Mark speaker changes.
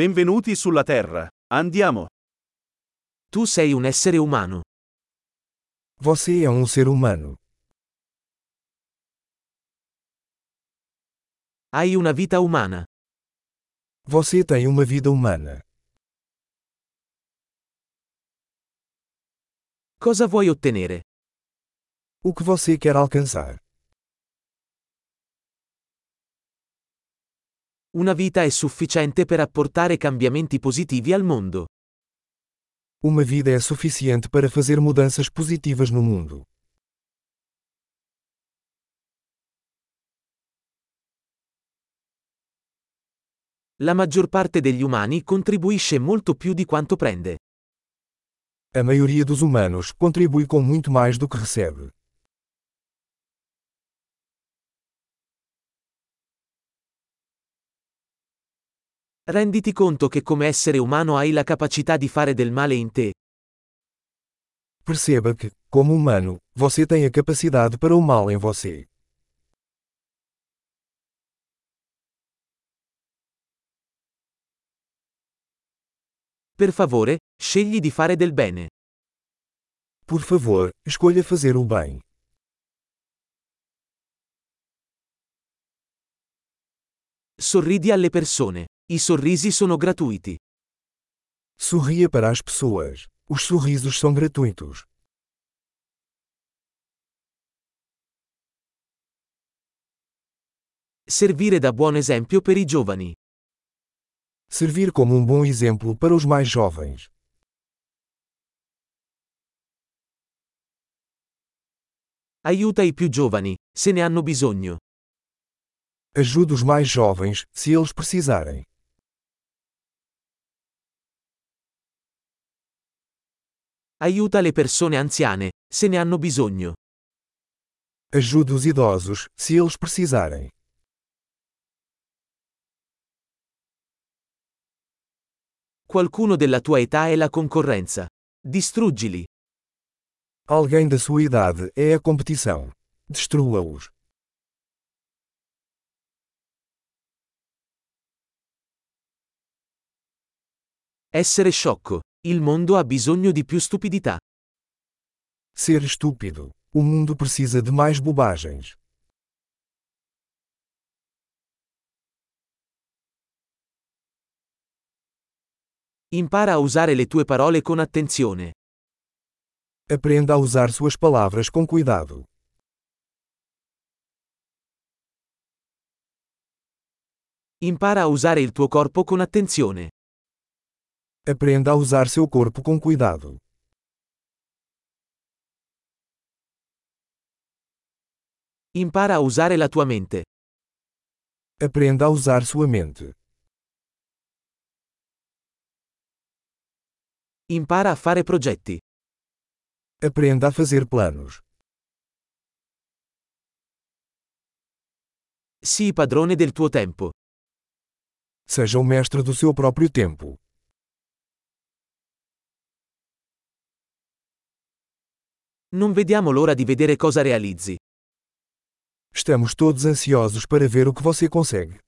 Speaker 1: Benvenuti sulla Terra. Andiamo.
Speaker 2: Tu sei un essere umano.
Speaker 3: Você é um ser humano.
Speaker 2: Hai una vita umana.
Speaker 3: Você tem uma vida humana.
Speaker 2: Cosa vuoi ottenere?
Speaker 3: O que você quer alcançar?
Speaker 2: Una vita è sufficiente per apportare cambiamenti positivi al mondo.
Speaker 3: Uma vida é suficiente para fazer mudanças positivas no mundo.
Speaker 2: La maggior parte degli umani contribuisce molto più di quanto prende.
Speaker 3: A maioria dos humanos contribui com muito mais do que recebe.
Speaker 2: Renditi conto che come essere umano hai la capacità di fare del male in te.
Speaker 3: Perceba que, como humano, você tem a capacidade para o mal em você.
Speaker 2: Per favore, scegli di fare del bene.
Speaker 3: Por favor, escolha fazer o bem.
Speaker 2: Sorridi alle persone. I sorrisi sono gratuiti.
Speaker 3: Sorria para as pessoas. Os sorrisos são gratuitos.
Speaker 2: Servire da buon esempio per i giovani.
Speaker 3: Servir como um bom exemplo para os mais jovens.
Speaker 2: Aiuta i più giovani, se ne hanno bisogno.
Speaker 3: Ajude os mais jovens, se eles precisarem.
Speaker 2: Aiuta le persone anziane, se ne hanno bisogno.
Speaker 3: Ajude os idosos, se eles precisarem.
Speaker 2: Qualcuno della tua età è la concorrenza. Distruggili.
Speaker 3: Alguém da sua idade é a competição. Destrua-os.
Speaker 2: Essere sciocco. Il mondo ha bisogno di più stupidità.
Speaker 3: Ser estúpido. O mundo precisa de mais bobagens.
Speaker 2: Impara a usare le tue parole con attenzione.
Speaker 3: Aprenda a usar suas palavras com cuidado.
Speaker 2: Impara a usare il tuo corpo con attenzione.
Speaker 3: Aprenda a usar seu corpo com cuidado.
Speaker 2: Impara a usare la tua mente.
Speaker 3: Aprenda a usar sua mente.
Speaker 2: Impara a fare progetti.
Speaker 3: Aprenda a fazer planos.
Speaker 2: Sii padrone del tuo tempo.
Speaker 3: Seja o mestre do seu próprio tempo.
Speaker 2: Non vediamo l'ora di vedere cosa realizzi.
Speaker 3: Estamos todos ansiosos para ver o que você consegue.